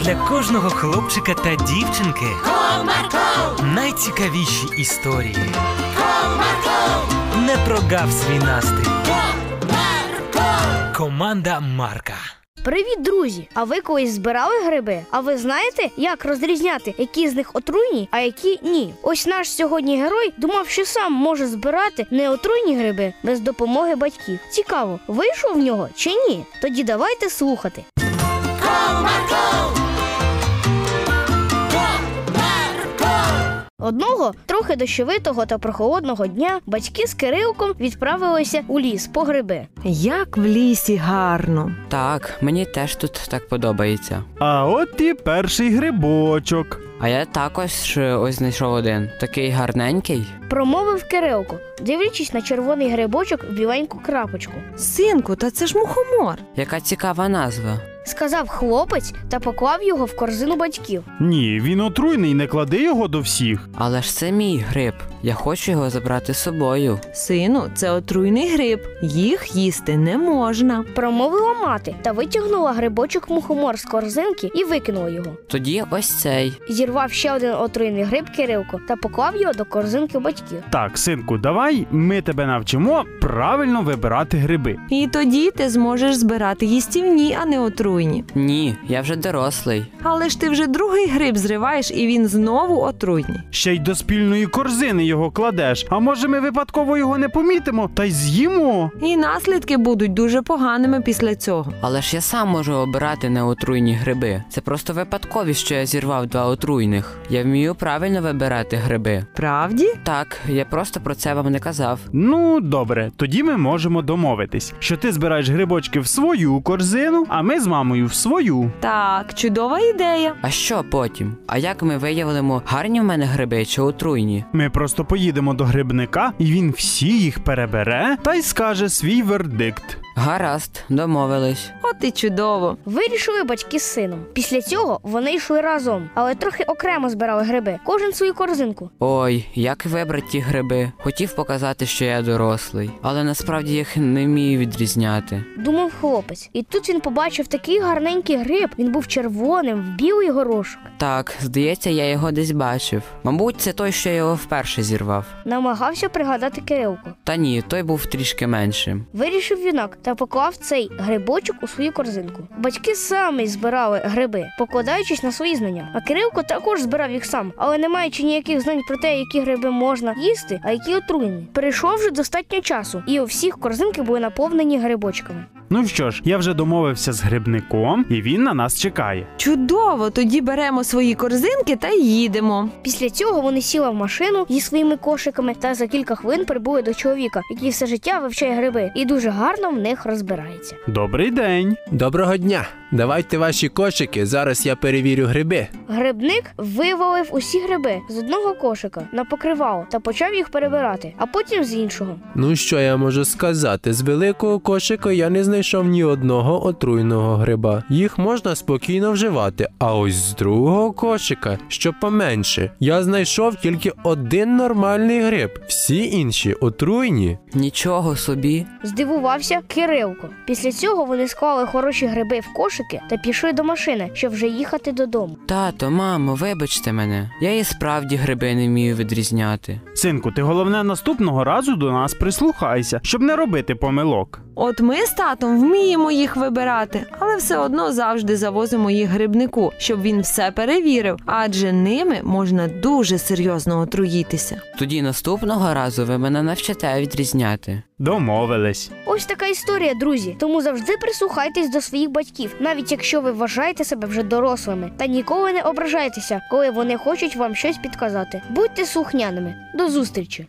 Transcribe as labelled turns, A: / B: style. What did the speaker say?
A: для кожного хлопчика та дівчинки
B: Comarco,
A: найцікавіші історії.
B: Comarco,
A: Не прогав свій настрій.
B: Comarco.
A: Команда Марка.
C: Привіт, друзі! А ви колись збирали гриби? А ви знаєте, як розрізняти, які з них отруйні, а які ні? Ось наш сьогодні герой думав, що сам може збирати неотруйні гриби без допомоги батьків. Цікаво, вийшов в нього чи ні? Тоді давайте слухати. Одного трохи дощовитого та прохолодного дня батьки з Кирилком відправилися у ліс по гриби.
D: Як в лісі гарно.
E: Так, мені теж тут так подобається.
F: А от і перший грибочок.
E: А я також е, ось знайшов один. Такий гарненький.
C: Промовив Кирилко, дивлячись на червоний грибочок в біленьку крапочку.
D: Синку, та це ж мухомор.
E: Яка цікава назва.
C: сказав хлопець та поклав його в корзину батьків.
F: Ні, він отруйний, не клади його до всіх.
E: Але ж це мій гриб. Я хочу його забрати з собою.
D: Сину, це отруйний гриб. Їх їсти не можна.
C: Промовила мати та витягнула грибочок мухомор з корзинки і викинула його.
E: Тоді ось цей.
C: Зірвав ще один отруйний гриб Кирилко та поклав його до корзинки батьків.
F: Так, синку, давай ми тебе навчимо правильно вибирати гриби.
D: І тоді ти зможеш збирати їстівні, а не отруйні.
E: Ні, я вже дорослий.
D: Але ж ти вже другий гриб зриваєш, і він знову отруйний.
F: Ще й до спільної корзини його кладеш. А може ми випадково його не помітимо та й з'їмо?
D: І наслідки будуть дуже поганими після цього.
E: Але ж я сам можу обирати неотруйні гриби. Це просто випадковість, що я зірвав два отруйних. Я вмію правильно вибирати гриби.
D: Правді?
E: Так, я просто про це вам не казав.
F: Ну, добре, тоді ми можемо домовитись, що ти збираєш грибочки в свою корзину, а ми з мамою в свою.
D: Так, чудова ідея.
E: А що потім? А як ми виявимо, гарні в мене гриби чи отруйні?
F: Ми просто поїдемо до грибника, і він всі їх перебере та й скаже свій вердикт.
E: Гаразд, домовились.
D: От і чудово.
C: Вирішили батьки з сином. Після цього вони йшли разом, але трохи окремо збирали гриби, кожен свою корзинку.
E: Ой, як вибрати ті гриби? Хотів показати, що я дорослий, але насправді їх не вмію відрізняти.
C: Думав хлопець. І тут він побачив такий гарненький гриб. Він був червоним, в білий горошок.
E: Так, здається, я його десь бачив. Мабуть, це той, що я його вперше зірвав.
C: Намагався пригадати Кирилко.
E: Та ні, той був трішки меншим.
C: Вирішив юнак та поклав цей грибочок у свою корзинку. Батьки самі збирали гриби, покладаючись на свої знання. А Кирилко також збирав їх сам, але не маючи ніяких знань про те, які гриби можна їсти, а які отруйні. Перейшов вже достатньо часу, і у всіх корзинки були наповнені грибочками.
F: Ну що ж, я вже домовився з грибником, і він на нас чекає.
D: Чудово! Тоді беремо свої корзинки та їдемо.
C: Після цього вони сіли в машину зі своїми кошиками та за кілька хвилин прибули до чоловіка, який все життя вивчає гриби і дуже гарно в них розбирається.
F: Добрий день.
G: Доброго дня! Давайте ваші кошики, зараз я перевірю гриби.
C: Грибник вивалив усі гриби з одного кошика на покривало та почав їх перебирати, а потім з іншого.
G: Ну що я можу сказати? З великого кошика я не знайшов ні одного отруйного гриба. Їх можна спокійно вживати. А ось з другого кошика, що поменше, я знайшов тільки один нормальний гриб. Всі інші отруйні.
E: Нічого собі.
C: Здивувався Кирилко. Після цього вони склали хороші гриби в кошики та пішли до машини, щоб вже їхати додому.
E: Тато, мамо, вибачте мене. Я і справді гриби не вмію відрізняти.
F: Синку, ти головне наступного разу до нас прислухайся, щоб не робити помилок.
D: От ми з татом вміємо їх вибирати, але все одно завжди завозимо їх грибнику, щоб він все перевірив, адже ними можна дуже серйозно отруїтися.
E: Тоді наступного разу ви мене навчите відрізняти.
F: Домовились.
C: Ось така історія, друзі. Тому завжди прислухайтесь до своїх батьків, навіть якщо ви вважаєте себе вже дорослими, та ніколи не ображайтеся, коли вони хочуть вам щось підказати. Будьте слухняними. До зустрічі!